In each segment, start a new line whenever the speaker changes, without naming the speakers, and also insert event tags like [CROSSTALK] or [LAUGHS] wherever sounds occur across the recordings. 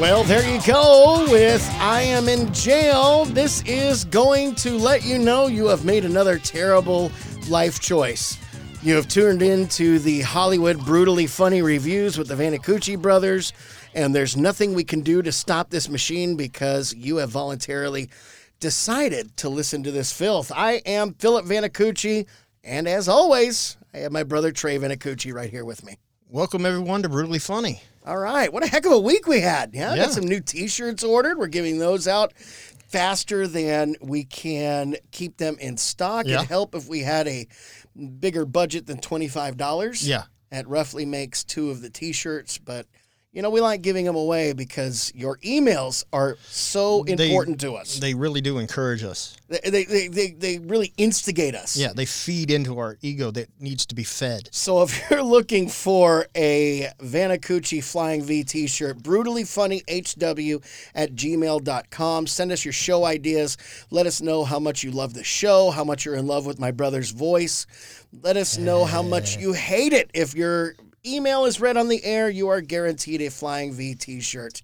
Well, there you go with I Am in Jail. This is going to let you know you have made another terrible life choice. You have tuned into the Hollywood Brutally Funny reviews with the Vanacucci brothers, and there's nothing we can do to stop this machine because you have voluntarily decided to listen to this filth. I am Philip Vanacucci, and as always, I have my brother Trey Vanacucci right here with me.
Welcome everyone to Brutally Funny.
All right. What a heck of a week we had. Yeah.
Yeah.
Got some new t shirts ordered. We're giving those out faster than we can keep them in stock.
Yeah.
It'd help if we had a bigger budget than $25.
Yeah.
That roughly makes two of the t shirts. But, you know, we like giving them away because your emails are so
They-
important to us.
They really do encourage us.
They, they, they, they, they really instigate us.
Yeah, they feed into our ego that needs to be fed.
So if [LAUGHS] you're looking for a Vanacucci Flying V t shirt, brutally funny HW at gmail.com. Send us your show ideas. Let us know how much you love the show, how much you're in love with my brother's voice. Let us know how much you hate it. If your email is read on the air, you are guaranteed a Flying V t shirt.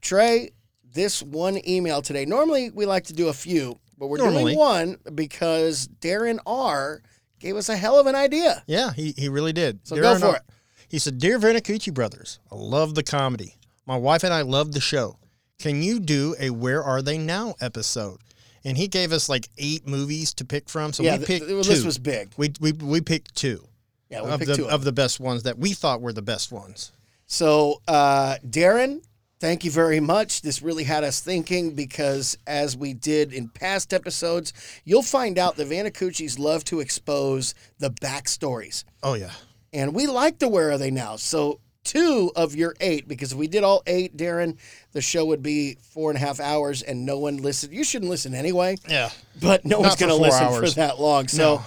Trey, this one email today. Normally we like to do a few, but we're
Normally.
doing one because Darren R. gave us a hell of an idea.
Yeah, he, he really did. So
go for it.
He said, Dear Vernacucci brothers, I love the comedy. My wife and I love the show. Can you do a Where Are They Now episode? And he gave us like eight movies to pick from. So
yeah,
we
th-
picked
th-
two.
this was big.
we, we, we picked two,
Yeah, we
of,
picked
the,
two of
of
them.
the best ones that we thought were the best ones.
So, uh, Darren, thank you very much. This really had us thinking because, as we did in past episodes, you'll find out the Vanacucci's love to expose the backstories.
Oh, yeah.
And we like the Where Are They Now. So, two of your eight, because if we did all eight, Darren, the show would be four and a half hours and no one listened. You shouldn't listen anyway.
Yeah.
but no one's
for
going to
four
listen
hours.
for that long. So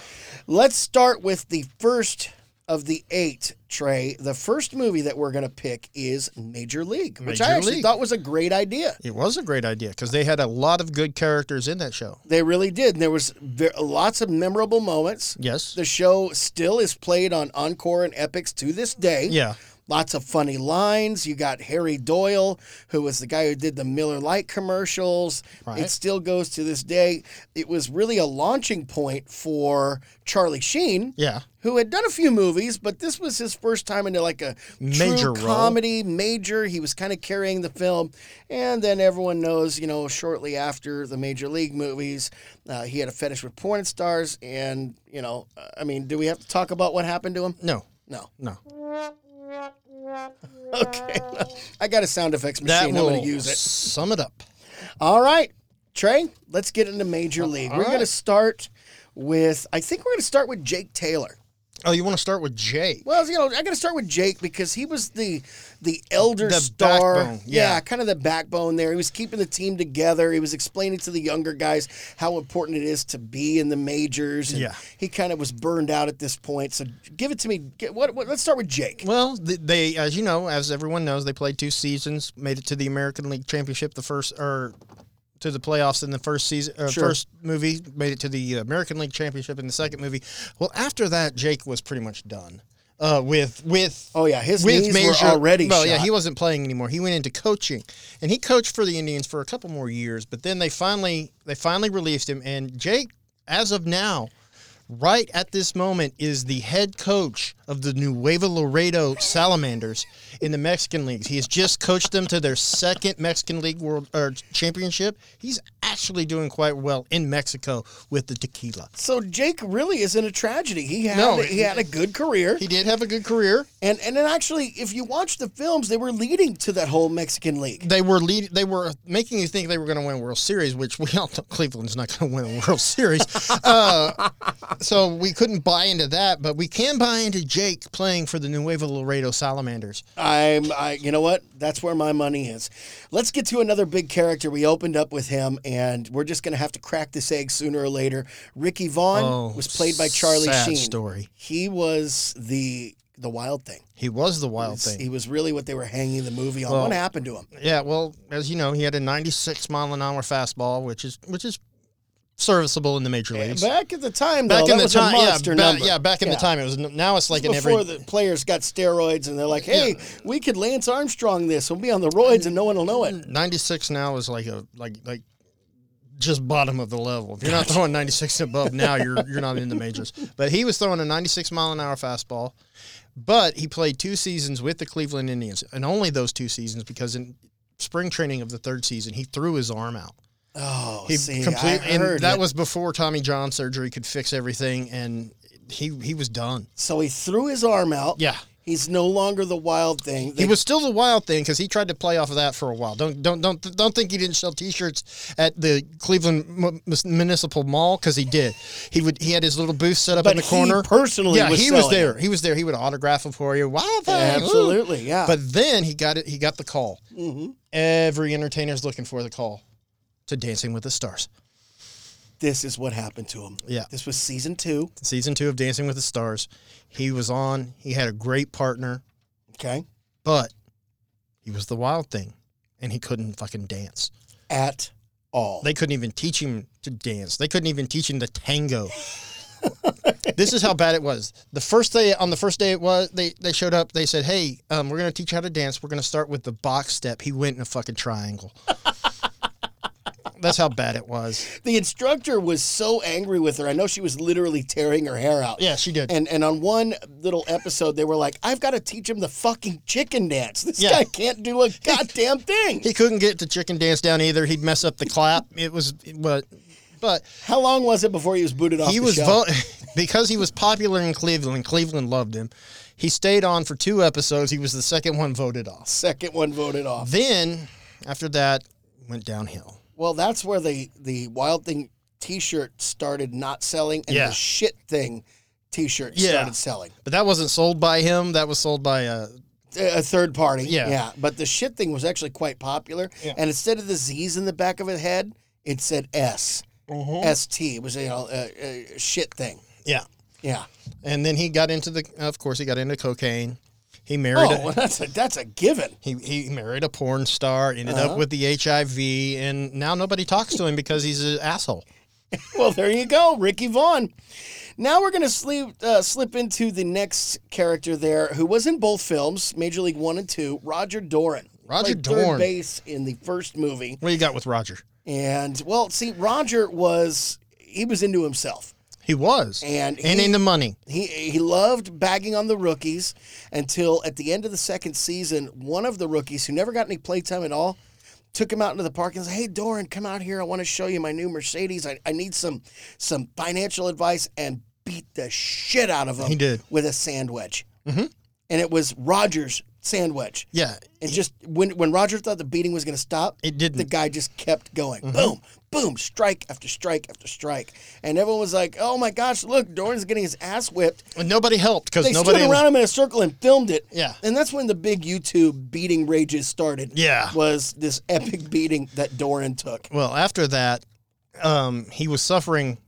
let's start with the first of the eight, Trey. The first movie that we're going to pick is Major League, which I
Major
actually
League.
thought was a great idea.
It was a great idea because they had a lot of good characters in that show.
They really did. And there was ve- lots of memorable moments.
Yes.
The show still is played on Encore and Epics to this day.
Yeah.
Lots of funny lines. You got Harry Doyle, who was the guy who did the Miller Lite commercials.
Right.
It still goes to this day. It was really a launching point for Charlie Sheen,
Yeah.
who had done a few movies, but this was his first time into like a true
Major role.
comedy major. He was kind of carrying the film, and then everyone knows, you know, shortly after the Major League movies, uh, he had a fetish with porn stars, and you know, uh, I mean, do we have to talk about what happened to him?
No.
No. [LAUGHS]
No.
Okay. I got a sound effects
That
machine. I'm
will
going to use it.
sum it up.
All right, Trey, let's get into Major League. we're
Uh, right.
going to start with, I think we're going to start with Jake Taylor.
Oh, you want to start with Jay?
Well, you know, I got to start with Jake because he was the the elder
The
star.
backbone, yeah.
kind of the backbone there. He was keeping the team together. He was explaining to the younger guys how important it is to be in the majors. and
Yeah.
he kind of was burned out at this point. So give it to me. Get, what, what? Let's start with Jake.
Well, th- they, as you know, as everyone knows, they played two seasons, made it to the American League Championship, the first or to the playoffs in the first season, uh,
Sure.
first movie, made it to the uh, American League Championship in the second movie. Well, after that, Jake was pretty much done uh, with with.
Oh yeah, his
with
knees
major,
were already
well,
shot.
yeah, he wasn't playing anymore. He went into coaching, and he coached for the Indians for a couple more years. But then they finally they finally released him, and Jake, as of now, right at this moment, is the head coach of the Nuevo Laredo Salamanders in the Mexican leagues. He has just coached them to their second Mexican League World or Championship. He's actually doing quite well in Mexico with the tequila.
So Jake really isn't a tragedy. He had
No,
he had a good career,
He did have a good career.
and and then actually, if you watch the films, they were leading to that whole Mexican league.
they were lead, they were making you think they were going to win a World Series, which we all know Cleveland's not going to win a
[LAUGHS]
World Series. uh, so we couldn't buy into that, but we can buy into Jake playing for the Nuevo Laredo Salamanders.
I'm I you know what? That's where my money is. Let's get to another big character. We opened up with him, and we're just gonna have to crack this egg sooner or later. Ricky Vaughn
Oh,
was played by Charlie
sad
Sheen.
story.
He was the the wild thing.
He was the wild thing.
He was really what they were hanging the movie on. what happened to him?
Yeah, well, as you know, he had a 96 mile an hour fastball, which is which is serviceable in the major leagues.
Back at the time, though, that was a
yeah,
monster
ba-
number.
yeah, back in the
Yeah.
time, it was n- now it's like in
Before
every
the players got steroids and they're like, hey, we could Lance Armstrong this. We'll be on the roids and no one will know it.
96 now is like a like like just bottom of the level. If you're not throwing 96 and above now, you're you're not in the majors. But he was throwing a 96 mile an hour fastball. But he played two seasons with the Cleveland Indians, and only those two seasons because in spring training of the third season, he threw his arm out.
Oh,
He
see,
complete-
I
and
heard
that
it.
was before Tommy John surgery could fix everything, and he he was done.
So he threw his arm out.
Yeah.
He's no longer the wild thing. They-
He was still the wild thing because he tried to play off of that for a while. Don't don't don't don't think he didn't sell T-shirts at the Cleveland mu- Mus- Municipal Mall because he did. He would he had his little booth set up
but
in the
he
corner.
personally
yeah,
was
he was
selling
there. He was there. He would autograph them for you. Wild
it.
thing, woo.
Absolutely, Mm-hmm. yeah.
But then he got it. He got the call. Every entertainer's looking for the call to Dancing with the Stars.
this is what happened to him.
Yeah.
This was season two.
Season two of Dancing with the Stars. He was on. He had a great partner,
Okay.
but he was the wild thing, and he couldn't fucking dance.
At all.
They couldn't even teach him to dance. They couldn't even teach him the tango. [LAUGHS] this is how bad it was. The first day on the first day it was they they showed up. They said, "Hey, um, we're gonna teach you how to dance. We're gonna start with the box step." He went in a fucking triangle. [LAUGHS] That's how bad it was.
the instructor was so angry with her. I know she was literally tearing her hair out.
Yeah, she did.
And and on one little episode, they were like, "I've got to teach him the fucking chicken dance. This
Yeah.
guy can't do a goddamn thing."
he couldn't get the chicken dance down either. He'd mess up the clap. It was but but
How long was it before he was booted off?
he
the
was
show?
vo- [LAUGHS] because he was popular in Cleveland. Cleveland loved him. He stayed on for two episodes. He was the second one voted off.
second one voted off.
Then, after that, went downhill.
Well, that's where the the Wild Thing T-shirt started not selling, and
Yeah.
the Shit Thing T-shirt
Yeah.
started selling.
But that wasn't sold by him. That was sold by uh,
A a third party,
Yeah.
yeah. But the Shit Thing was actually quite popular,
Yeah.
and instead of the Z's in the back of the head, it said S.
Mm-hmm.
ST It was you know a, a shit thing.
yeah.
Yeah.
And then he got into the. Of course, he got into cocaine. He married.
Oh, well,
a,
that's a, that's a given.
he he married a porn star. Ended
Uh-huh.
up with the HIV, and now nobody talks to him because he's an asshole.
Well, there you go, Ricky Vaughn. Now we're going to slip uh, slip into the next character there, who was in both films, Major League One and Two, Roger Doran.
Roger
Played
Dorn.
third base in the first movie,
What do you got with Roger?
and well, see, Roger was he was into himself.
He was
And
and
he-
into money.
He he loved bagging on the rookies until at the end of the second season, one of the rookies who never got any playtime at all took him out into the park and said, "Hey, Doran, come out here. I want to show you my new Mercedes. I, I need some some financial advice." And beat the shit out of him.
He did.
with a sand wedge, mm-hmm. and it was Rogers' sand wedge.
Yeah,
And just when when Roger thought the beating was going to stop,
It didn't. Mm-hmm.
The guy just kept going. Boom, boom, strike after strike after strike, and everyone was like, "Oh my gosh, look, Doran's getting his ass whipped."
and nobody helped because
They
nobody.
stood around him in a circle and filmed it.
Yeah.
and that's when the big YouTube beating rages started.
Yeah.
was this epic beating that Doran took?
Well, after that, um, he was suffering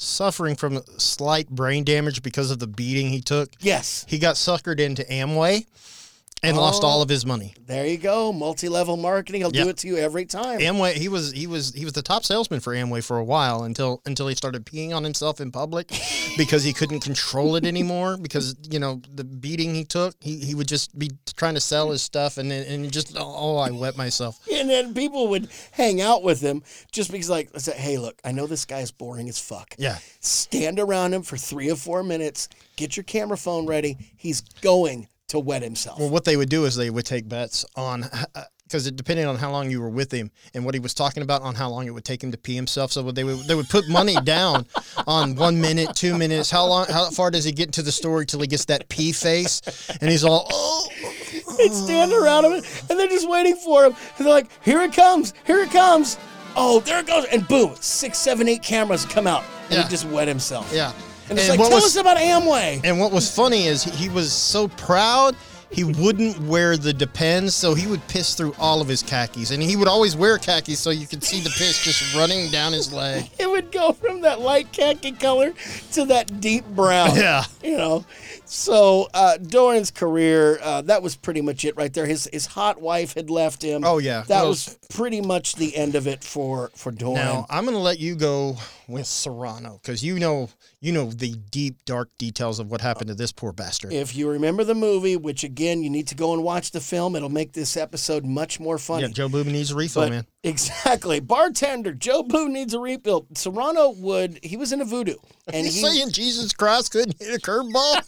suffering from slight brain damage because of the beating he took.
Yes,
He got suckered into Amway and lost all of his money.
there you go. Multi-level marketing. I'll do
Yeah.
it to you every time.
Amway he was he was he was the top salesman for Amway for a while until until he started peeing on himself in public because he couldn't control it anymore because you know the beating he took he, he would just be trying to sell his stuff and then and just oh I wet myself.
[LAUGHS] And then people would hang out with him just because, like, I said, hey, look, I know this guy's boring as fuck.
Yeah.
Stand around him for three or four minutes. Get your camera phone ready. He's going to wet himself. [LAUGHS]
Well, what they would do is they would take bets on because it depended on how long you were with him and what he was talking about on how long it would take him to pee himself. So they would they would put money [LAUGHS] down on one minute, two minutes. How long? How far does he get into the story till he gets that pee face? And he's all, oh,
They'd stand around him and they're just waiting for him. And they're like, here it comes, here it comes. Oh, there it goes. And boom, six, seven, eight cameras come out. And
Yeah.
he just wet himself.
yeah.
And it's like,
what
tell
was
us about Amway.
and what was funny is he, he was so proud. He wouldn't wear the depends, so he would piss through all of his khakis, and he would always wear khakis, so you could see the piss just running down his leg.
It would go from that light khaki color to that deep brown.
[LAUGHS] Yeah.
You know, so uh, Doran's career, uh, that was pretty much it right there. His his hot wife had left him.
Oh, yeah.
That
Well-
was pretty much the end of it for, for Doran.
Now I'm going to let you go with Serrano because you know you know the deep dark details of what happened to this poor bastard.
If you remember the movie, which again you need to go and watch the film, it'll make this episode much more funny.
Yeah, Joe Booby needs a refill,
But-
man.
[LAUGHS] Exactly. Bartender Joe Boo needs a refill. Serrano would he was in a voodoo.
[LAUGHS]
And
He's
he,
saying Jesus Christ couldn't hit a curveball.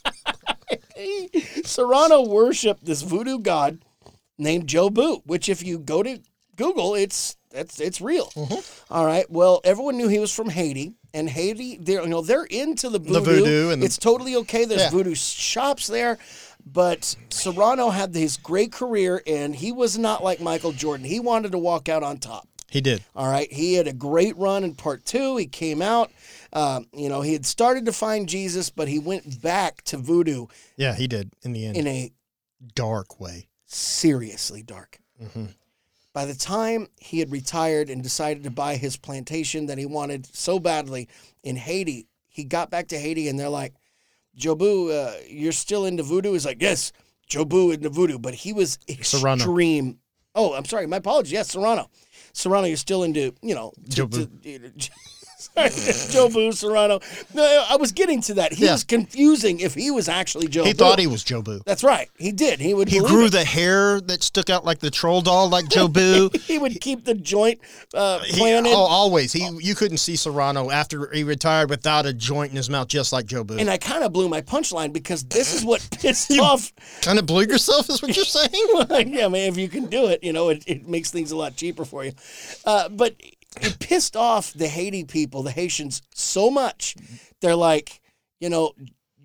[LAUGHS] Serrano worshiped this voodoo god named Joe Boo, which if you go to Google, it's that's it's real.
Mm-hmm.
All right. Well, everyone knew he was from Haiti, and Haiti, they're you know they're into the voodoo.
voodoo and the-
it's totally okay. There's
Yeah.
voodoo shops there, but Serrano had his great career, and he was not like Michael Jordan. He wanted to walk out on top.
he did.
All right. He had a great run in part two. He came out. Um, you know, he had started to find Jesus, but he went back to voodoo
Yeah, he did in the end.
in a
dark way.
seriously dark.
Mm-hmm.
By the time he had retired and decided to buy his plantation that he wanted so badly in Haiti, he got back to Haiti and they're like, Jobu, uh, you're still into voodoo? He's like, yes, Jobu into voodoo. But he was extreme.
Serrano.
Oh, I'm sorry. My apologies. Yes, Serrano. Serrano, you're still into, you know, [LAUGHS] to-
Jobu.
to- Sorry, Jobu, Serrano. No, I was getting to that. He
Yeah.
was confusing if he was actually Jobu.
He thought he was Joe Boo.
That's right. He did. He would.
He
believe
grew
it.
the hair that stuck out like the troll doll, like
[LAUGHS]
Joe Boo.
he would keep the joint uh,
He-
planted.
oh, always. He you couldn't see Serrano after he retired without a joint in his mouth, just like Joe Boo.
and I kind of blew my punchline because this is
[LAUGHS]
what pissed off.
kind of blew yourself,
[LAUGHS]
is what you're saying?
yeah, man, if you can do it, you know, it, it makes things a lot cheaper for you. Uh, but it pissed off the Haiti people, the Haitians, so much. They're like, you know,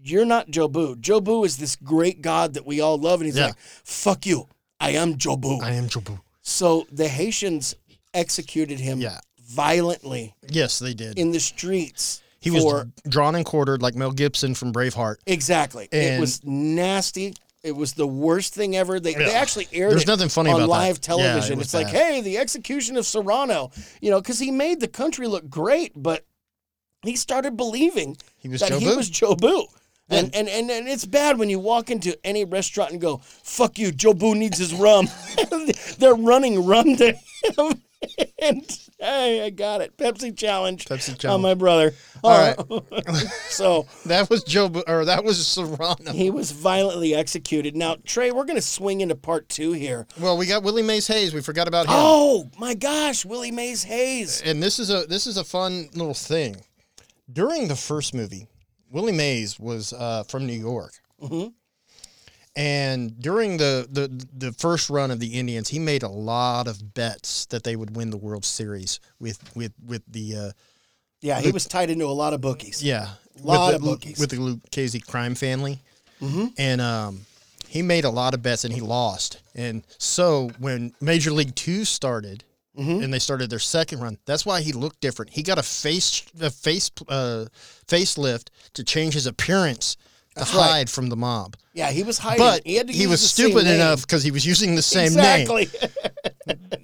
you're not Jobu. Jobu is this great God that we all love. And he's
Yeah.
like, fuck you. I am Jobu.
I am Joe Boo.
so the Haitians executed him
Yeah.
violently
Yes, they did.
in the streets.
he
for,
was drawn and quartered like Mel Gibson from Braveheart.
Exactly. it
And-
was nasty. It was the worst thing ever. They, they actually aired
There's
it
nothing funny
on
about that.
live
Yeah, it
television.
was
it's like,
bad.
hey, the execution of Serrano, you know, because he made the country look great, but he started believing
He was
that
Joe
he
Boo.
was Joe Boo. And, and, and, and it's bad when you walk into any restaurant and go, fuck you, Joe Boo needs his rum. [LAUGHS] They're running rum to him. [LAUGHS] and hey, I got it. Pepsi challenge.
Pepsi
On
challenge.
my brother. Uh,
All right.
[LAUGHS] so.
That was Joe Boo, or that was
[LAUGHS]
Serrano.
He was violently executed. Now, Trey, we're going to swing into part two here.
Well, we got Willie Mays Hayes. We forgot about him.
Oh, my gosh, Willie Mays Hayes.
and this is a this is a fun little thing. During the first movie, Willie Mays was uh, from New York,
Mm-hmm.
and during the, the the first run of the Indians, he made a lot of bets that they would win the World Series with with with the uh,
Yeah, he was tied into a lot of bookies.
yeah with
Lot
the
of Mm-hmm.
Lu-
bookies.
with the Lucchese crime family, and um, he made a lot of bets and he lost. And so when Major League Two started.
Mm-hmm.
And they started their second run. That's why he looked different. He got a face, a face, uh, facelift to change his appearance to
right.
hide from the mob.
Yeah, he was hiding.
But
he, had to
he
use
was
the same
stupid
name.
enough because he was using the same name.
Exactly. [LAUGHS]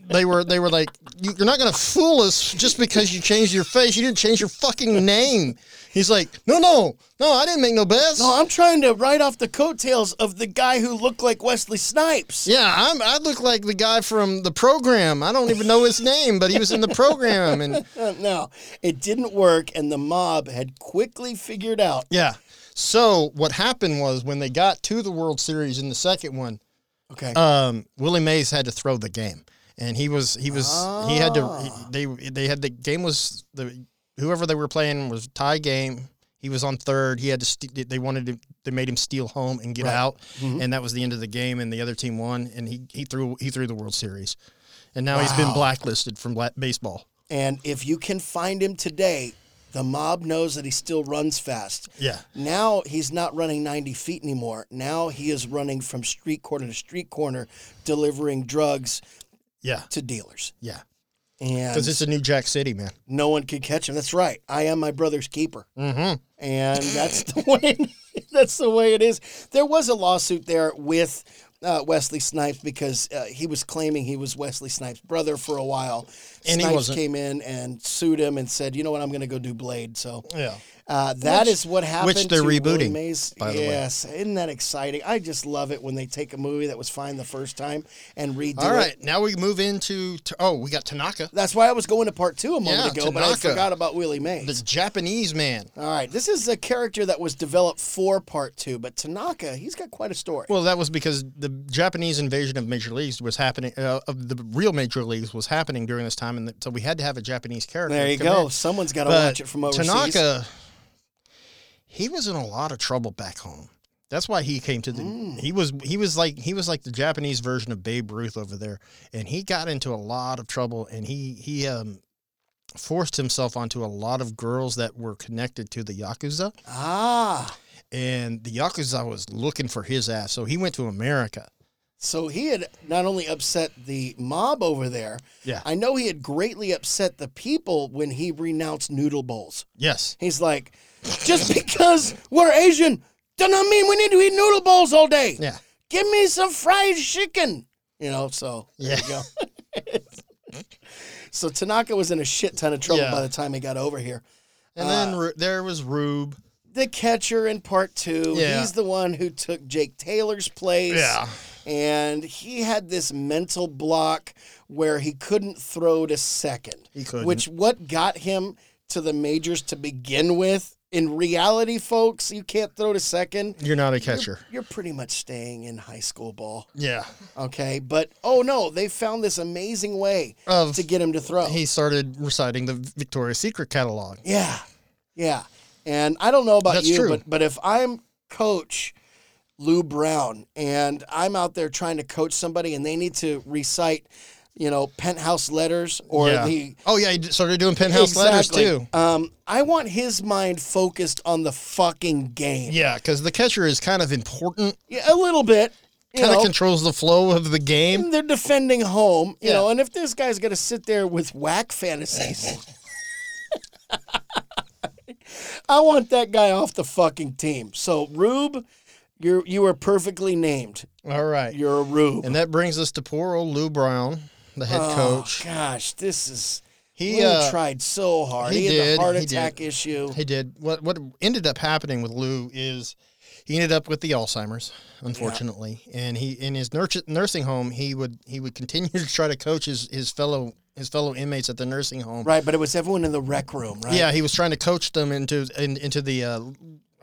They were, they were like, "You- "You're not going to fool us just because you changed your face. You didn't change your fucking name." He's like, "No, no, no, I didn't make no bets.
no, Oh, I'm trying to ride off the coattails of the guy who looked like Wesley Snipes.
Yeah, I'm, I look like the guy from the program. I don't even know his name, but he was in the program. And
Uh, no, it didn't work, and the mob had quickly figured out.
yeah. So what happened was when they got to the World Series in the second one,
Okay.
um, Willie Mays had to throw the game, and he was he was he had to they they had the game was the whoever they were playing was tie game. He was on third. He had to. St- they wanted to. They made him steal home and get out, and that was the end of the game. And the other team won, and he he threw he threw the World Series, and now he's been blacklisted from la- baseball.
and if you can find him today, the mob knows that he still runs fast.
Yeah.
Now he's not running 90 feet anymore. Now he is running from street corner to street corner, delivering drugs
Yeah.
to dealers.
Yeah. Because
And
it's a new Jack City, man.
no one can catch him. That's right. I am my brother's keeper. Mm-hmm. And that's the [LAUGHS] way. That's the way it is. There was a lawsuit there with uh, Wesley Snipes because uh, he was claiming he was Wesley Snipes' brother for a while.
And he
Snipes
wasn't.
came in and sued him and said, "You know what? I'm going to go do Blade." So
Yeah.
uh, that
Which-
is what happened.
they're
to Willie
rebooting,
Mays.
by the way.
yes, isn't that exciting? I just love it when they take a movie that was fine the first time and redo
All
it.
right. Now we move into t- oh, we got Tanaka,
That's why I was going to part two a moment
Yeah,
ago, but I
Tanaka.
forgot about Willie Mays.
the Japanese man.
All right, this is a character that was developed for part two, but Tanaka, he's got quite a story.
Well, that was because the Japanese invasion of major leagues was happening. Uh, of the real major leagues was happening during this time, and th- so we had to have a Japanese character.
there you
come
go.
in.
Someone's got to
But
watch it from overseas.
Tanaka, he was in a lot of trouble back home. That's why he came to the.
Hmm.
He was he was like he was like the Japanese version of Babe Ruth over there, and he got into a lot of trouble, and he he um forced himself onto a lot of girls that were connected to the yakuza,
Ah,
and the yakuza was looking for his ass, so he went to America.
so he had not only upset the mob over there.
Yeah.
I know he had greatly upset the people when he renounced noodle bowls.
Yes.
He's like,
[LAUGHS]
just because we're Asian, does not mean we need to eat noodle bowls all day.
Yeah.
Give me some fried chicken. You know, so
Yeah.
go. so Tanaka was in a shit ton of trouble
Yeah.
by the time he got over here.
And then Ru- there was Rube.
The catcher in part two,
Yeah.
he's the one who took Jake Taylor's place. And he had this mental block where he couldn't throw to second.
He couldn't.
Which what got him to the majors to begin with. In reality, folks, you can't throw to second.
You're not a catcher.
You're pretty much staying in high school ball.
Yeah.
Okay, but oh no, they found this amazing way
Of
to get him to throw.
he started reciting the Victoria's Secret catalog.
yeah, yeah. And I don't know about
That's
you,
true.
but but if I'm coach Lou Brown and I'm out there trying to coach somebody and they need to recite, you know, penthouse letters or
yeah.
the
oh yeah, he d- started doing penthouse letters
Exactly.
too.
Um, I want his mind focused on the fucking game.
Yeah, because the catcher is kind of important.
Yeah, a little bit. you
Kind of
know.
controls the flow of the game.
they're defending home, you
Yeah.
know, and if this guy's going to sit there with whack fantasies, [LAUGHS] I want that guy off the fucking team. So, Rube, you're, you are perfectly named.
All right,
You're a Rube.
and that brings us to poor old Lou Brown, the head
oh,
coach.
gosh, this is.
He
He
uh,
tried so hard.
he
He, had
did,
the heart
he did.
attack issue.
he did what what ended up happening with Lou is he ended up with the Alzheimer's, unfortunately, and he in his nurse, nursing home he would he would continue [LAUGHS] to try to coach his, his fellow his fellow inmates at the nursing home.
Right, but it was everyone in the rec room, right?
Yeah, he was trying to coach them into in, into the uh,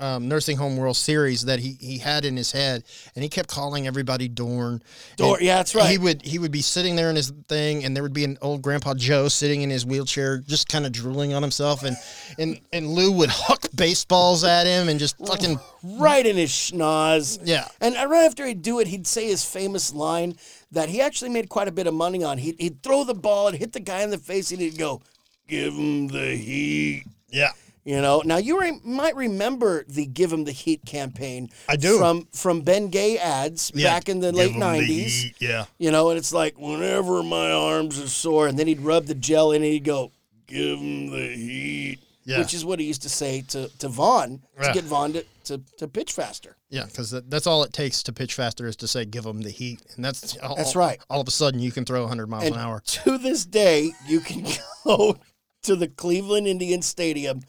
um, nursing home World Series that he, he had in his head, and he kept calling everybody Dorn.
Door,
And
yeah, that's right.
He would he would be sitting there in his thing, and there would be an old Grandpa Joe sitting in his wheelchair, just kind of drooling on himself, and and and Lou would huck baseballs at him and just
[LAUGHS]
fucking
right in his schnoz.
Yeah.
And right after he'd do it, he'd say his famous line that he actually made quite a bit of money on. He'd, he'd throw the ball and hit the guy in the face, and he'd go, "Give him the heat."
yeah.
You know. Now you re- might remember the "Give him the heat" campaign.
I do.
from from Ben Gay ads back in the late nineties.
yeah.
You know, and it's like whenever my arms are sore, and then he'd rub the gel in, and he'd go, "Give him the heat."
Yeah.
Which is what he used to say to, to Vaughn
Yeah.
to get Vaughn to, to, to pitch faster.
Yeah, because that, that's all it takes to pitch faster is to say give them the heat, and that's all,
That's right.
All of a sudden, you can throw 100 miles
And
an hour.
to this day, you can [LAUGHS] go to the Cleveland Indian Stadium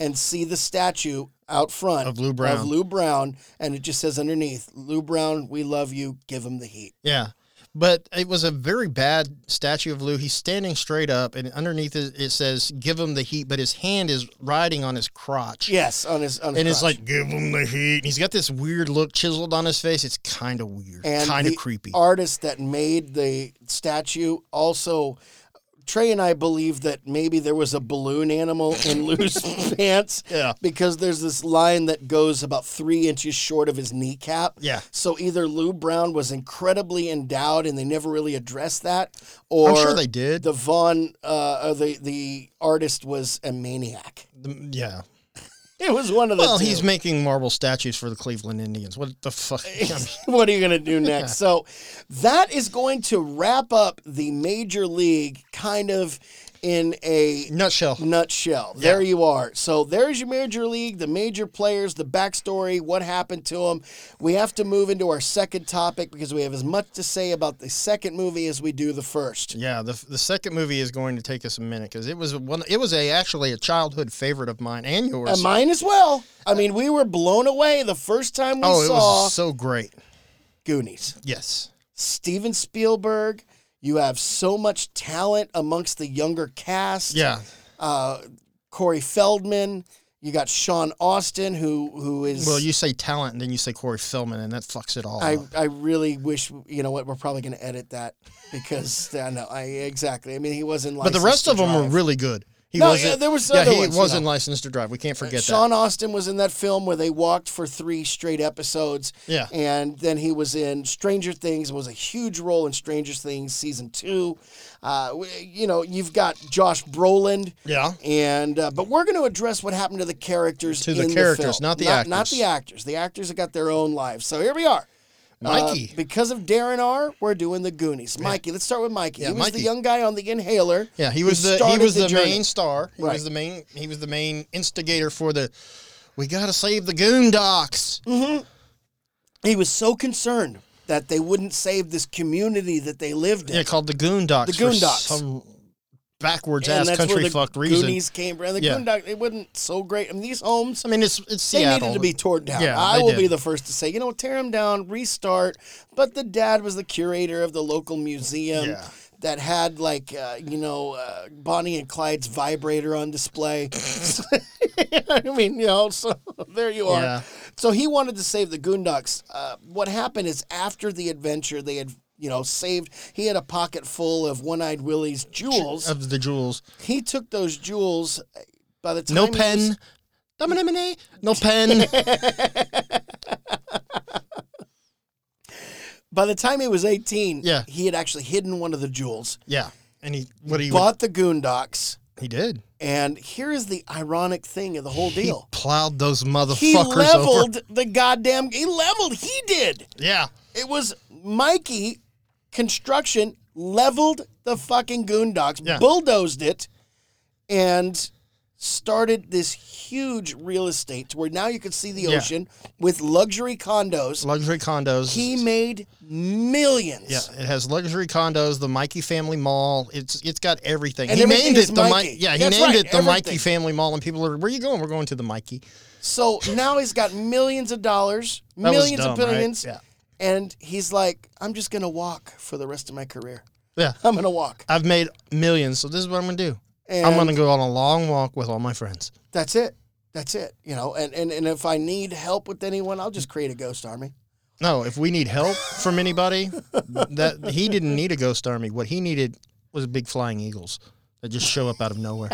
and see the statue out front
Of Lou Brown.
Of Lou Brown, and it just says underneath, "Lou Brown, we love you. Give him the heat."
Yeah. But it was a very bad statue of Lou. He's standing straight up, and underneath it, it says, Give him the heat, but his hand is riding on his crotch.
Yes, on his on his
And it's
crotch.
like, Give him the heat. And he's got this weird look chiseled on his face. It's kind of weird,
and
kind of
the
creepy.
Artist that made the statue also. Trey and I believe that maybe there was a balloon animal
[LAUGHS]
in Lou's pants
Yeah.
because there's this line that goes about three inches short of his kneecap.
Yeah.
So either Lou Brown was incredibly endowed and they never really addressed that, or
I'm sure they did.
the Vaughn, uh, or the the artist was a maniac.
The- yeah.
It was one of the.
Well,
two.
he's making marble statues for the Cleveland Indians. What
[LAUGHS]
the fuck? I mean,
what are you going to
[LAUGHS]
do next? So that is going to wrap up the major league kind of in a
Nutshell.
nutshell. There you are. So there's your major league, the major players, the backstory, what happened to them. We have to move into our second topic because we have as much to say about the second movie as we do the first.
Yeah, the, the second movie is going to take us a minute because it was one. It was a actually a childhood favorite of mine and yours.
And mine as well. I mean, we were blown away the first time we
oh, it
saw
was so great.
Goonies.
Yes,
Steven Spielberg. You have so much talent amongst the younger cast.
yeah,
Uh, Corey Feldman. You got Sean Austin, who who is
Well, you say talent, and then you say Corey Feldman, and that fucks it all
I,
up.
I really wish you know what we're probably going to edit that because [LAUGHS] I know I exactly I mean he wasn't
But the rest of them were really good. He
No,
wasn't.
yeah, there was
yeah,
other
he
ones, you
wasn't
know.
licensed to drive. We can't forget
Sean Austin was in that film where they walked for three straight episodes
that. Yeah,
and then he was in Stranger Things was a huge role in Stranger Things season 2 uh, w- you know you've got Josh Brolin
yeah.
and uh, but we're going to address what happened to the characters
To the
in
characters,
film.
not the
not
actors.
the actors the actors have got their own lives so here we are Uh,
Mikey.
because of Darren R, we're doing the Goonies. Mikey, let's start with Mikey.
Yeah,
he was
Mikey.
the young guy on the inhaler.
yeah, he
who
was the he
started
was the,
journey.
main star. He
Right.
was the main he was the main instigator for the. We gotta save the Goon Docs.
Mm. He was so concerned that they wouldn't save this community that they lived in.
Yeah, called the Goon Docs.
The Goon
for
Docs.
Some backwards
and
ass
that's where
country
the
fuck reason.
Goonies came from. The
Yeah.
Goondock, it wasn't so great. I mean, these homes,
I mean, it's it's
they
Seattle.
needed to be torn down.
Yeah,
I
they
will
did.
be the first to say, you know, tear them down, restart. But the dad was the curator of the local museum
Yeah.
that had, like, uh, you know, uh, Bonnie and Clyde's vibrator on display. [LAUGHS] I mean, you know, so [LAUGHS] there you are.
Yeah.
So he wanted to save the Goondocks. Uh, what happened is after the adventure, they had. You know, saved. He had a pocket full of One-Eyed Willie's jewels
of the jewels.
he took those jewels uh, by the time
No
he
pen.
was-
Dum-a-dum-a-nay. No
[LAUGHS]
pen.
by the time he was 18
Yeah.
he had actually hidden one of the jewels
yeah, and he what he would-
bought the goondocks
he did.
and here is the ironic thing of the whole
[LAUGHS]
deal
plowed those motherfuckers
he
over.
leveled the goddamn he leveled he did
Yeah.
it was mikey construction leveled the fucking goondocks
Yeah.
bulldozed it and started this huge real estate to where now you can see the
Yeah.
ocean with luxury condos
Luxury condos.
He made millions.
yeah, it has luxury condos, the Mikey Family Mall. It's it's got everything.
And
he
everything
named
is
it the Mi-
Mikey.
Yeah, he
That's
named
right,
it the Mikey
everything.
Family Mall, and people are where you going? We're going to the Mikey.
So now he's got millions of dollars,
That was
millions of
dumb, right?
billions,
Yeah.
and he's like, "I'm just gonna walk for the rest of my career. [LAUGHS]
Yeah.
I'm gonna walk."
I've made millions, so this is what I'm gonna do.
And
I'm gonna go on a long walk with all my friends.
That's it. That's it. You know, and, and and if I need help with anyone, I'll just create a ghost army. [LAUGHS]
No, if we need help from anybody, that he didn't need a ghost army. What he needed was big flying eagles that just show up out of nowhere.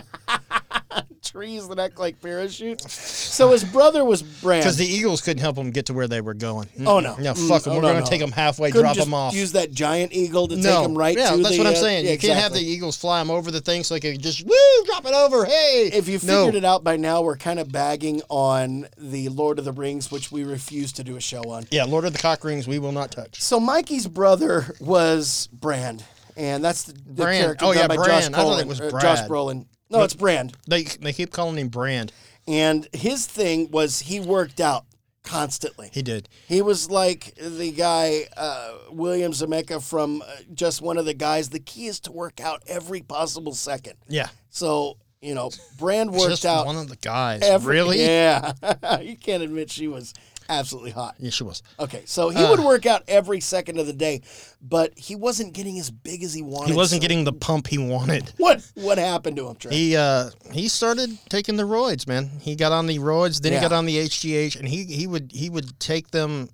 Trees that act like parachutes. So
[LAUGHS]
his brother was Brand.
Because the E eagles couldn't help them get to where they were going.
Oh, no.
no,
Mm,
fuck them.
oh,
we're
no,
gonna
no.
take them halfway,
couldn't
drop
just
them off.
use that giant eagle to
no,
take him right
yeah,
to
that's
the,
what I'm
uh,
saying.
yeah,
you can't have the E
exactly.
eagles fly them over the thing so they can just woo drop it over. Hey,
If you
no.
figured it out by now, we're kind of bagging on the Lord of the Rings, which we refuse to do a show on.
yeah, Lord of the Cock Rings, we will not touch.
So Mikey's brother was Brand, and that's the, the
Brand.
character
Oh,
done
yeah,
by Josh
Brand.
Brolin.
I thought it was
or Josh
Brad.
Brolin. No, it's Brand.
They they keep calling him Brand.
And his thing was he worked out constantly.
He did.
He was like the guy uh, William Zemeckis from uh, just one of the guys. The key is to work out every possible second.
Yeah,
So you know, Brand worked
[LAUGHS] just
out
one of the guys.
every- [LAUGHS]
really?
Yeah, you can't admit she was absolutely hot.
yeah, she was.
Okay, so he
Uh.
would work out every second of the day, but he wasn't getting as big as he wanted.
He wasn't
so
getting the pump he wanted.
What what happened to him, Trey?
He uh he started taking the roids, man. He got on the roids, then
Yeah.
he got on the HGH, and he he would he would take them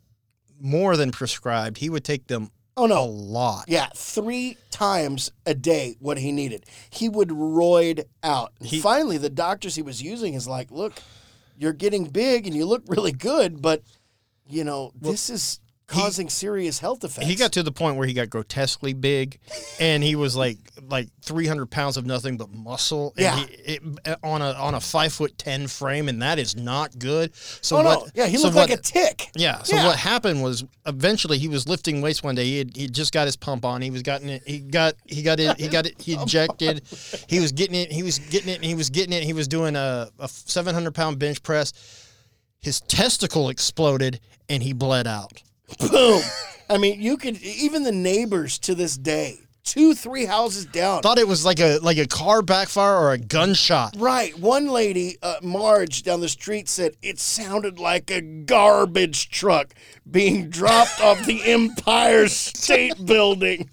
more than prescribed. He would take them
oh
a
no.
lot.
Yeah, three times a day what he needed. He would roid out. And Finally, the doctors he was using is like, look, you're getting big and you look really good, but you know, this is causing serious health effects.
He got to the point where he got grotesquely big, and he was like like three hundred pounds of nothing but muscle. and
Yeah.
he- it, on a on a five foot ten frame, and that is not good. So
oh
what,
no, yeah, he
so
looked
what-
like a tick.
Yeah. So
Yeah.
what happened was eventually he was lifting weights one day. He had, he had just got his pump on. He was gotten it. He got he got it. He got it. He injected. He was getting it. He was getting it. And he was getting it. He was doing a, a 700 pound bench press. His testicle exploded and he bled out.
Boom. I mean, you could even the neighbors to this day, two, three houses down.
Thought it was like a like a car backfire or a gunshot.
Right. One lady, uh, Marge, down the street said it sounded like a garbage truck being dropped off
[LAUGHS]
the Empire State Building.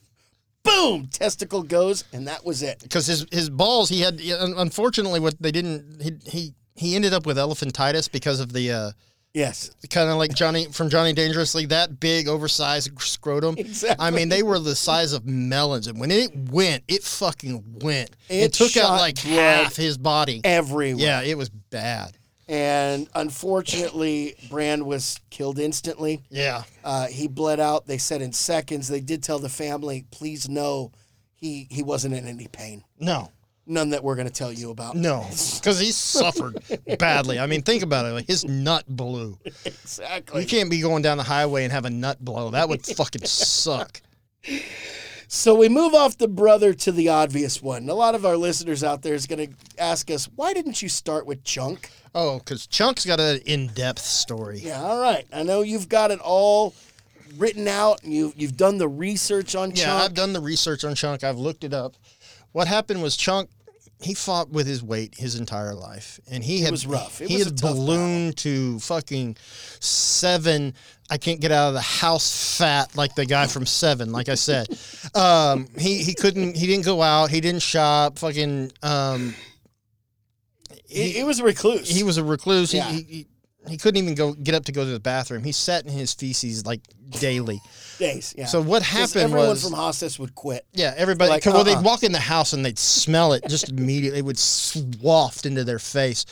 Boom! Testicle goes, and that was it.
Because his his balls he had. un- Unfortunately, what they didn't he he, he ended up with elephantitis because of the. Uh,
Yes.
kind of like Johnny from Johnny Dangerously, that big, oversized scrotum.
Exactly.
I mean, they were the size of melons, and when it went, it fucking went. It,
It
took out
shot
like
blood
half his body.
Everywhere.
Yeah, it was bad.
And unfortunately, Brand was killed instantly.
Yeah,
Uh, he bled out. They said in seconds. They did tell the family, please know he, he wasn't in any pain.
no,
None that we're going to tell you about. [LAUGHS]
no, because he suffered badly. I mean, think about it. Like his nut blew.
Exactly.
You can't be going down the highway and have a nut blow. That would fucking suck.
So we move off the brother to the obvious one. A lot of our listeners out there is going to ask us, why didn't you start with Chunk?
Oh, because Chunk's got an in-depth story.
Yeah, all right. I know you've got it all written out. And you you've done the research on
Yeah, I've
Chunk.
done the research on Chunk. I've looked it up. What happened was Chunk, he fought with his weight his entire life, and he had
was rough. It
he
was a
had
tough
ballooned to fucking seven. I can't get out of the house fat like the guy from Seven. Like
[LAUGHS]
I said, um, he he couldn't. He didn't go out. He didn't shop. Fucking. Um,
it, it was a recluse.
he was a recluse. He-
Yeah.
He, he, he couldn't even go get up to go to the bathroom. He sat in his feces like daily.
days. Yeah.
So what
'Cause
happened
everyone
was
from Hostas would quit.
Yeah, everybody.
Like,
'cause, well,
uh-uh.
they'd walk in the house and they'd smell it just immediately. It would swaft into their face,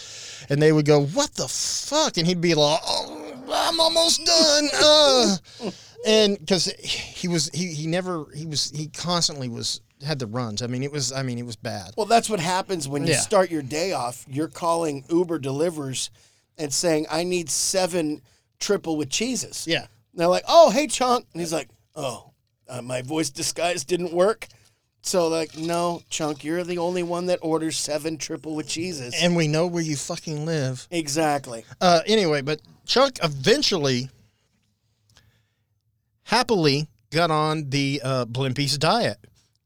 and they would go, "What the fuck?" And he'd be like, oh, "I'm almost done."
[LAUGHS]
Uh. And because he was, he he never, he was, he constantly was had the runs. I mean, it was, I mean, it was bad.
Well, that's what happens when you
Yeah.
start your day off. You're calling Uber delivers and saying, I need seven triple with cheeses.
Yeah,
And they're like, "Oh, hey, Chunk," and he's like, "Oh, uh, my voice disguise didn't work." So like, no, Chunk, you're the only one that orders seven triple with cheeses.
and we know where you fucking live.
exactly.
Uh, anyway, but Chuck eventually, happily, got on the uh, Blimpies diet.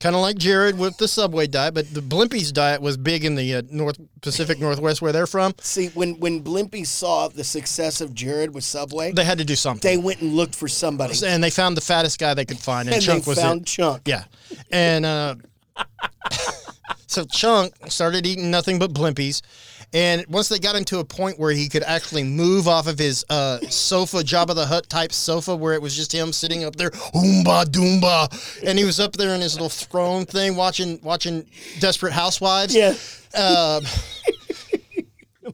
Kind of like Jared with the Subway diet, but the Blimpies diet was big in the uh, North Pacific Northwest where they're from.
See, when when Blimpy saw the success of Jared with Subway,
They had to do something,
they went and looked for somebody,
and they found the fattest guy they could find, and,
and
Chuck
they
was
found
it.
Chunk.
Yeah, and uh, so Chunk started eating nothing but blimpies, and once they got him to a point where he could actually move off of his uh, sofa, Jabba the Hutt type sofa, where it was just him sitting up there, oomba doomba, and he was up there in his little throne thing, watching watching Desperate Housewives.
Yeah.
Um,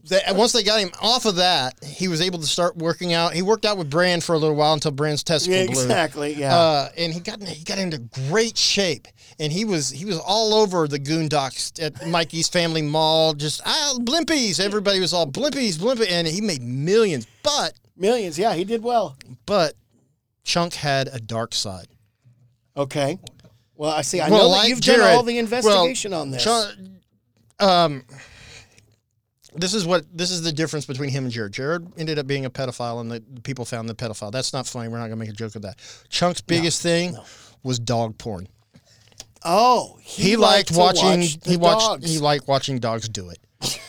they- and once they got him off of that, he was able to start working out. He worked out with Brand for a little while until Brand's testicle
Yeah,
blew.
exactly. Yeah.
Uh, and he got in- he got into great shape, and he was he was all over the Goondocks at Mikey's Family Mall. Just ah, blimpies, everybody was all blimpies, blimpies, and he made millions. But
Millions. Yeah, he did well.
but Chunk had a dark side.
Okay. Well, I see. I
Well,
know that
like
you've done
Jared-
all the investigation on this.
Chunk, um, this is what this is the difference between him and Jared. Jared ended up being a pedophile, and the people found the pedophile. That's not funny. We're not gonna make a joke of that. Chunk's biggest thing was dog porn.
oh, he,
he liked
to
watching
watch the
he watched
dogs.
he liked watching dogs do it [LAUGHS]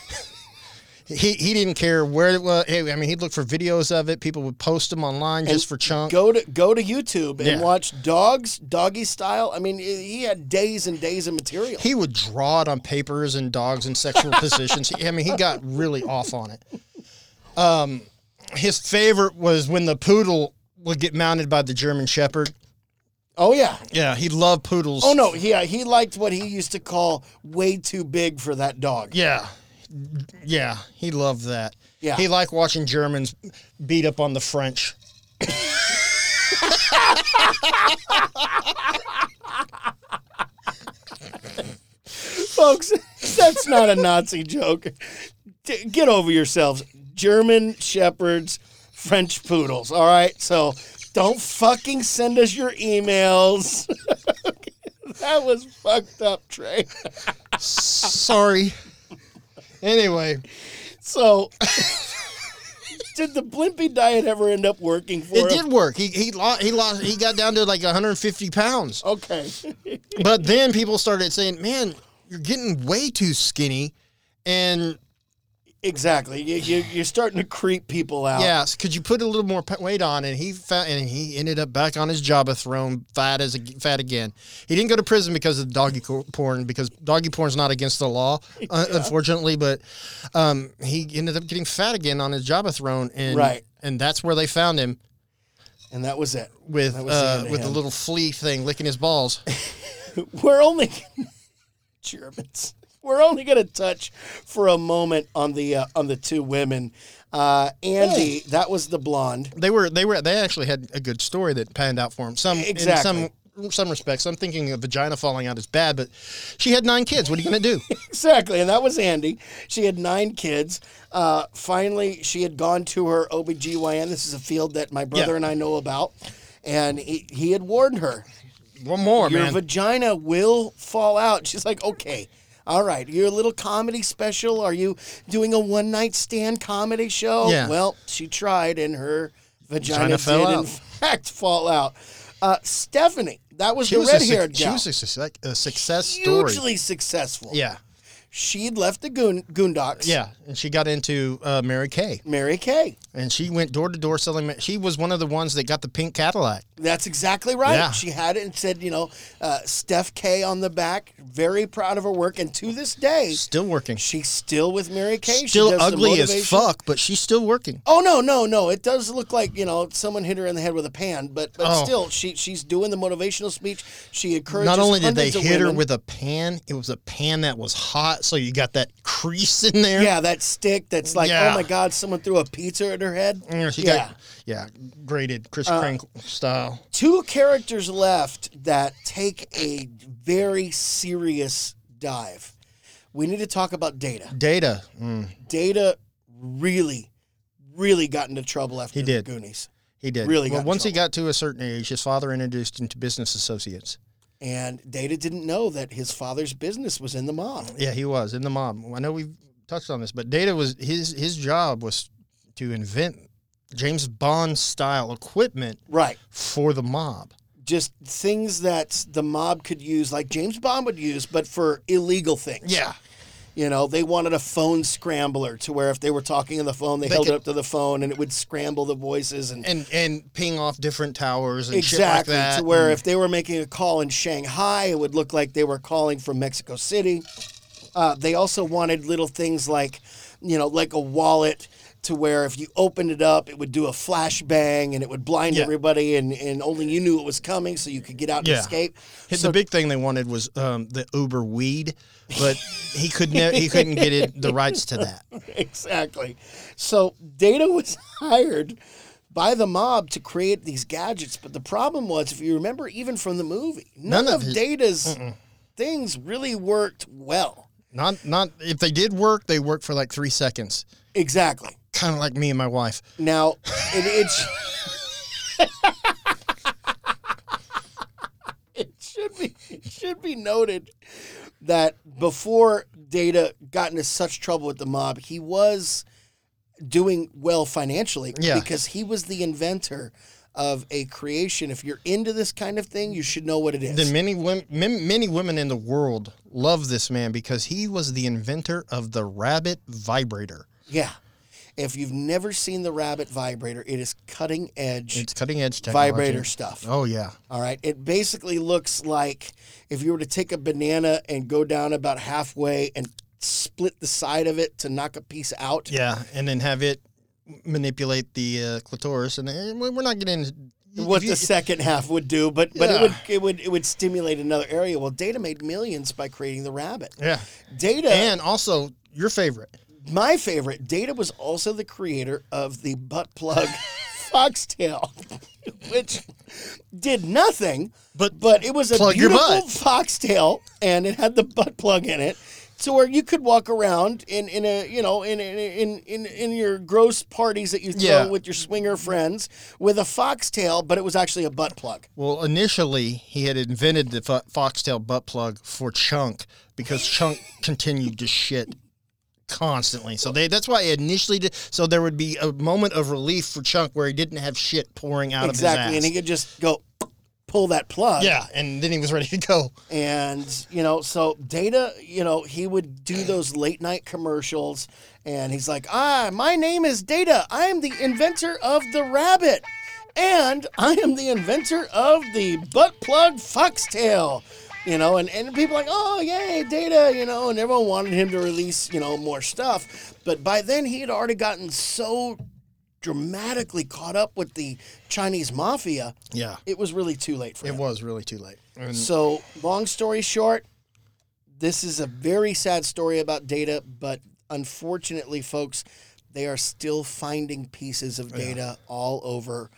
he he didn't care where it was hey, i mean he'd look for videos of it people would post them online just for chunk
go to go to YouTube and
Yeah.
watch dogs doggy style. I mean, i- he had days and days of material.
he would draw it on papers and dogs in
[LAUGHS]
sexual positions He- i mean he got really off on it um his favorite was when the poodle would get mounted by the german shepherd
Oh yeah.
yeah he loved poodles
Oh no. Yeah, he liked what he used to call way too big for that
[LAUGHS]
dog.
Yeah. Yeah. He loved that.
Yeah.
He liked watching Germans beat up on the French.
Folks, that's not a Nazi joke. D- get over yourselves. German shepherds, French poodles. All right. So don't fucking send us your emails. [LAUGHS] that was fucked up, Trey.
Sorry. Anyway,
So. [LAUGHS] Did the Blimpy diet ever end up working for
it
him?
did work. He he lost, he lost he got down to like 150 pounds.
Okay.
But then people started saying, "Man, you're getting way too skinny." And
exactly. You, you, you're starting to creep people out.
yes, could you put a little more pe- weight on? And he found, and he ended up back on his job of throne, fat as a, fat again. He didn't go to prison because of doggy co- porn because doggy porn's not against the law, uh, unfortunately. But um, he ended up getting fat again on his job of throne, and
Right.
and that's where they found him
And that was it.
with
That was the end
uh,
of
with the
him.
little flea thing licking his balls.
We're only [LAUGHS] Germans. We're only going to touch for a moment on the uh, on the two women. Uh, Andy, that was the blonde.
they were they were they actually had a good story that panned out for him. Some
Exactly.
in some some respects. I'm thinking a vagina falling out is bad, but she had nine kids. What are you gonna
[LAUGHS]
do?
Exactly, and that was Andy. She had nine kids. Uh, finally, she had gone to her OBGYN. This is a field that my brother
Yeah.
and I know about. And he, he had warned her,
One more,
your
man.
vagina will fall out. She's like, okay, all right. You're a little comedy special. Are you doing a one night stand comedy show?
Yeah.
Well, she tried, and her vagina,
Vagina fell
did in
out.
fact fall out. Uh, Stephanie, that was
she
the
was a,
red
suc-
haired
she
gal.
was a, suc- a success
hugely
story.
successful.
Yeah,
She'd left the goon- Goondocks.
yeah. And she got into uh, Mary Kay,
Mary Kay.
and she went door to door selling. Ma- She was one of the ones that got the pink Cadillac.
That's exactly right.
Yeah.
She had it and said, you know, uh, Steph K on the back. Very proud of her work. And to this day,
Still working.
she's still with Mary Kay. she
Still
does the
ugly as
motivation-
fuck, but she's still working.
Oh no, no, no! It does look like you know someone hit her in the head with a pan, but but
Oh.
still, she she's doing the motivational speech. She encourages.
Not only did they
hundreds of
hit her
women.
with a pan, it was a pan that was hot, so you got that crease in there.
yeah that stick that's like
Yeah.
oh my god, someone threw a pizza at her head.
Yeah, Mm, she
yeah, Uh,
got yeah graded Chris Kringle style.
two characters left that take a very serious dive. We need to talk about Data.
Data, mm,
Data really, really got into trouble after the
did.
Goonies,
he did
Really got
well.
in
Once he got to a certain age, his father introduced him to business associates.
and Data didn't know that his father's business was in the mob.
Yeah, he was in the mob. I know we've touched on this, but Data was his his job was to invent James Bond style equipment
Right.
for the mob.
just things that the mob could use, like James Bond would use, but for illegal things. You know, they wanted a phone scrambler to where if they were talking on the phone, they, held
could-
it up to the phone and it would scramble the voices and.
and and ping off different towers and shit
Exactly,
like that.
to where
and-
if they were making a call in Shanghai, it would look like they were calling from Mexico City. Uh, they also wanted little things like, you know, like a wallet to where if you opened it up, it would do a flashbang and it would blind
Yeah.
everybody, and, and only you knew it was coming, so you could get out and
Yeah.
escape.
the big thing they wanted was um, the Uber weed, but he could ne- he couldn't get it, the rights to that.
[LAUGHS] exactly. So Data was [LAUGHS] hired by the mob to create these gadgets, but the problem was, if you remember, even from the movie, none,
None
of
of his-
Data's things really worked well.
Not not if they did work, they worked for like three seconds.
Exactly.
Kind of like me and my wife.
Now it, it's. It should be it should be noted that before Data got into such trouble with the mob, he was doing well financially
Yeah.
because he was the inventor of a creation. If you're into this kind of thing, you should know what it is.
Then many women, many women in the world love this man because he was the inventor of the rabbit vibrator.
yeah. If you've never seen the rabbit vibrator, it is cutting edge
It's cutting edge technology.
vibrator stuff.
Oh yeah,
All right. It basically looks like if you were to take a banana and go down about halfway and split the side of it to knock a piece out.
yeah, and then have it manipulate the uh, clitoris, and eh, we- we're not getting into
[LAUGHS] What
if you-
the second half would do, but but it
Yeah.
would it would it would stimulate another area. Well, Data made millions by creating the rabbit.
yeah,
Data,
and also your favorite.
my favorite, Data was
[LAUGHS]
also the creator of the butt plug foxtail, [LAUGHS] which did nothing.
But-
but it was a
plug your
beautiful
butt.
foxtail, and it had the butt plug in it, to where you could walk around in, in a you know in in, in in in your gross parties that you throw
Yeah.
with your swinger friends with a foxtail, but it was actually a butt plug.
Well, initially, he had invented the fo- foxtail butt plug for Chunk because Chunk continued to shit constantly. So they that's why he initially did. So there would be a moment of relief for Chunk where he didn't have shit pouring out
exactly,
of
and
his
he
ass.
could just go pull that plug.
yeah, and then he was ready to go.
And, you know, so Data, you know, he would do those late night commercials and he's like, ah, my name is Data. I am the inventor of the rabbit. And I am the inventor of the butt plug foxtail. You know, and, and people like, oh, yay, Data, you know, and everyone wanted him to release, you know, more stuff. But by then he had already gotten so dramatically caught up with the Chinese mafia,
Yeah,
it was really too late for him.
it was really too late. And
So, long story short, this is a very sad story about data, but unfortunately, folks, they are still finding pieces
Oh,
of data all over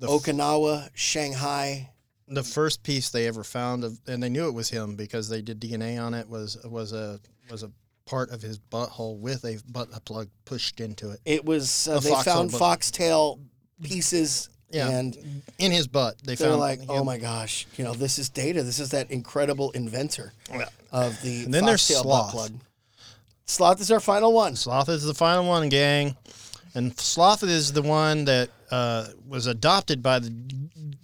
Okinawa, Shanghai.
the first piece they ever found of, and they knew it was him because they did DNA on it was was a was a part of his butthole with a butt plug pushed into it
It was uh,
A
they
foxhole
found
book.
foxtail pieces,
Yeah.
and
in his butt. They
they're
found
like,
him.
"Oh my gosh, you know, this is data. This is that incredible inventor
Yeah.
of the
then there's
foxtail butt
Sloth.
plug." Sloth is our final one.
Sloth is the final one, gang. And Sloth is the one that uh, was adopted by the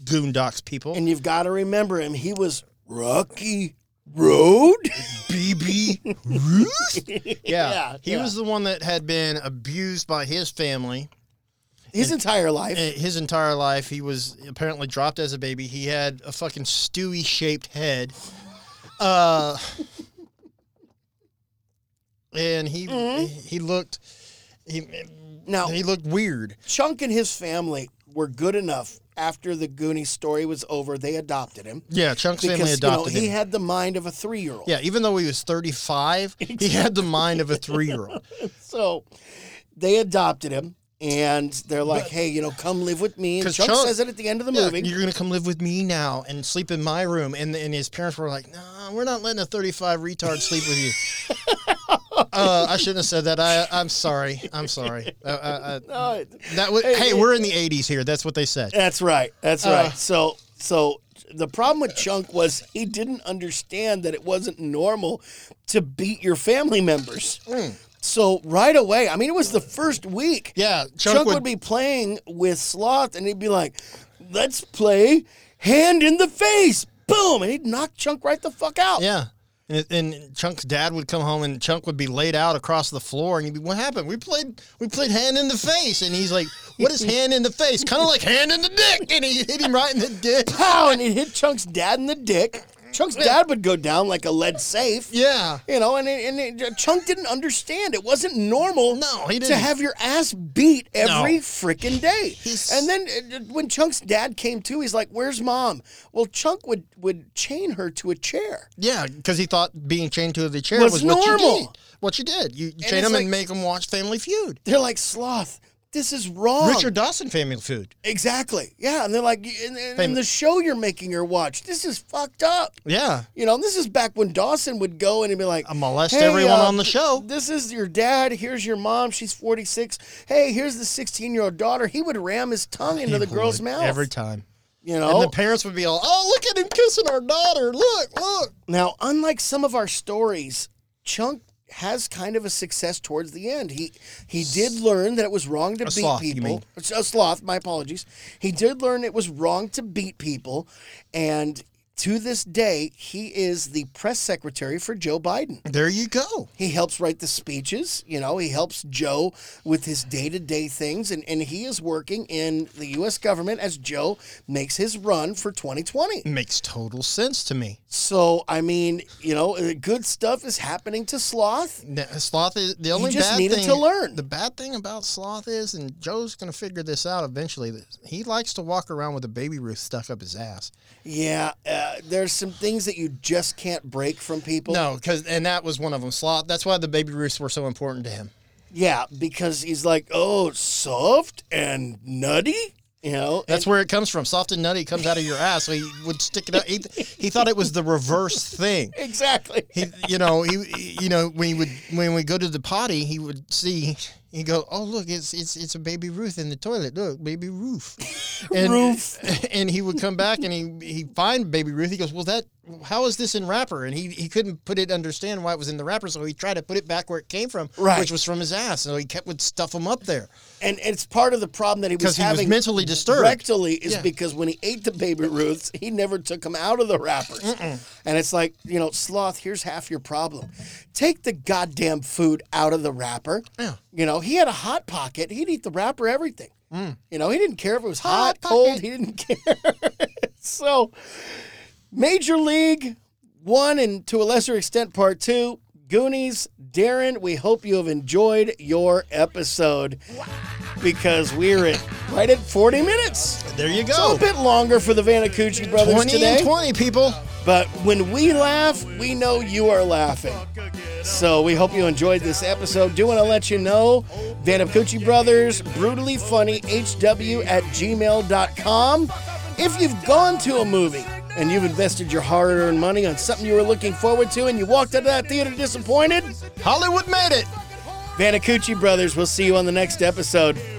Goondocks people.
and you've got to remember him. He was Rocky Road. [LAUGHS]
BB Ruth? Yeah.
Yeah,
He
yeah.
was the one that had been abused by his family
his entire life.
eh, his entire life. He was apparently dropped as a baby. He had a fucking stewie shaped head. Uh, and he
Mm-hmm.
he looked he,
Now,
he looked weird.
Chunk and his family were good enough after the Goonie story was over. They adopted him
Yeah, Chunk's family
because you know
adopted
he
him.
had the mind of a three-year-old.
Yeah, even though he was 35, he had the mind of a three year old.
So they adopted him, and they're like, "Hey, you know, come live with me." And
'Cause
Chunk,
Chunk-
says it at the end of the
You're
movie.
going to come live with me now and sleep in my room. And, and his parents were like, nah, we're not letting a 35 retard sleep with you. uh, I shouldn't have said that. I, I'm sorry. I'm sorry. Uh, uh, uh,
No, it-
that was, hey, we're in the 80s here. That's what they said.
That's right. That's
Uh.
right. So so the problem with Chunk was he didn't understand that it wasn't normal to beat your family members. So right away, I mean, it was the first week.
Hmm. Yeah,
Chunk,
Chunk
would,
would-
be playing with Sloth, and he'd be like, "Let's play hand in the face." Boom, and he'd knock Chunk right the fuck out.
Yeah. And, and Chunk's dad would come home, and Chunk would be laid out across the floor, and he'd be, "What happened? We played, we played hand in the face." And he's like, "What is hand in the face? Kind of like hand in the dick." And he hit him right in the dick.
Pow, and he'd hit Chunk's dad in the dick. Chunk's dad would go down like a lead safe.
Yeah.
You know, and, it, and it, Chunk didn't understand. It wasn't normal.
No, he
To
didn't.
have your ass beat every
No.
freaking day. And then uh, when Chunk's dad came to, he's like, "Where's mom?" Well, Chunk would would chain her to a chair.
Yeah, because he thought being chained to the chair
Was
was, what you
normal.
did. What you did, you chain
it's
him
like-
and make him watch Family Feud.
They're like, "Sloth, this is wrong."
Richard Dawson Family Feud.
Exactly. Yeah, and they're like, and, and, and
Famous.
the show you're making her watch, this is fucked up.
Yeah,
You know, this is back when Dawson would go in and be like, uh,
I molest everyone on the show."
This is your dad. Here's your mom. She's 46. Hey, here's the 16 year old daughter. He would ram his tongue into the girl's mouth.
every time.
you
And
know?
the parents would be all, "Oh, look at him kissing our daughter! Look, look!"
now, unlike some of our stories, Chunk has kind of a success towards the end. He he did learn that it was wrong to beat
sloth, you
people.
mean.
A sloth, my apologies. He did learn it was wrong to beat people. And to this day, he is the press secretary for Joe Biden.
There you go.
He helps write the speeches. You know, he helps Joe with his day to day things. And, and he is working in the U.S. government as Joe makes his run for 2020.
Makes total sense to me.
So, I mean, you know, uh, good stuff is happening to Sloth.
No, sloth is the only
just
bad
needed
thing
to learn.
The bad thing about sloth is, and Joe's gonna figure this out eventually. That he likes to walk around with a baby Ruth stuck up his ass.
Yeah, uh, there's some things that you just can't break from people.
No, because and that was one of them. Sloth. That's why the baby Ruths were so important to him.
Yeah, because he's like, oh, soft and nutty? You know,
That's where it comes from. Soft and nutty comes out of your ass. So he would stick it up. He, he thought it was the reverse thing.
[LAUGHS] exactly.
He, you know, he, you know, when he would, when we go to the potty, he would see, he go, oh look, it's, it's, it's a baby Ruth in the toilet. Look, baby Ruth. And,
Ruth.
[LAUGHS] And he would come back and he, he find baby Ruth. He goes, well, that, how is this in wrapper? And he, he couldn't put it, understand why it was in the wrapper. So he tried to put it back where it came from,
Right.
which was from his ass. So he kept would stuff him up there.
And it's part of the problem that he was
Because he was
having
mentally disturbed.
rectally is
Yeah.
because when he ate the baby Ruths, he never took them out of the wrappers. And it's like, you know, sloth, here's half your problem. Take the goddamn food out of the wrapper.
Yeah.
You know, he had a hot pocket. He'd eat the wrapper, everything. You know, he didn't care if it was hot,
Mm. Hot
cold.
pocket.
He didn't [LAUGHS] care. so, Major League One and to a lesser extent Part Two. Goonies, Darren, we hope you have enjoyed your episode because we're at right at 40 minutes.
There you
So
go.
a bit longer for the Vanacucci brothers
20
today.
and 20 people.
But when we laugh, we know you are laughing. So we hope you enjoyed this episode. Do want to let you know, Van Apcucci Brothers, brutally funny, HW at gmail.com. If you've gone to a movie and you've invested your hard earned money on something you were looking forward to and you walked out of that theater disappointed,
Hollywood made it.
Van Apcucci Brothers, we'll see you on the next episode.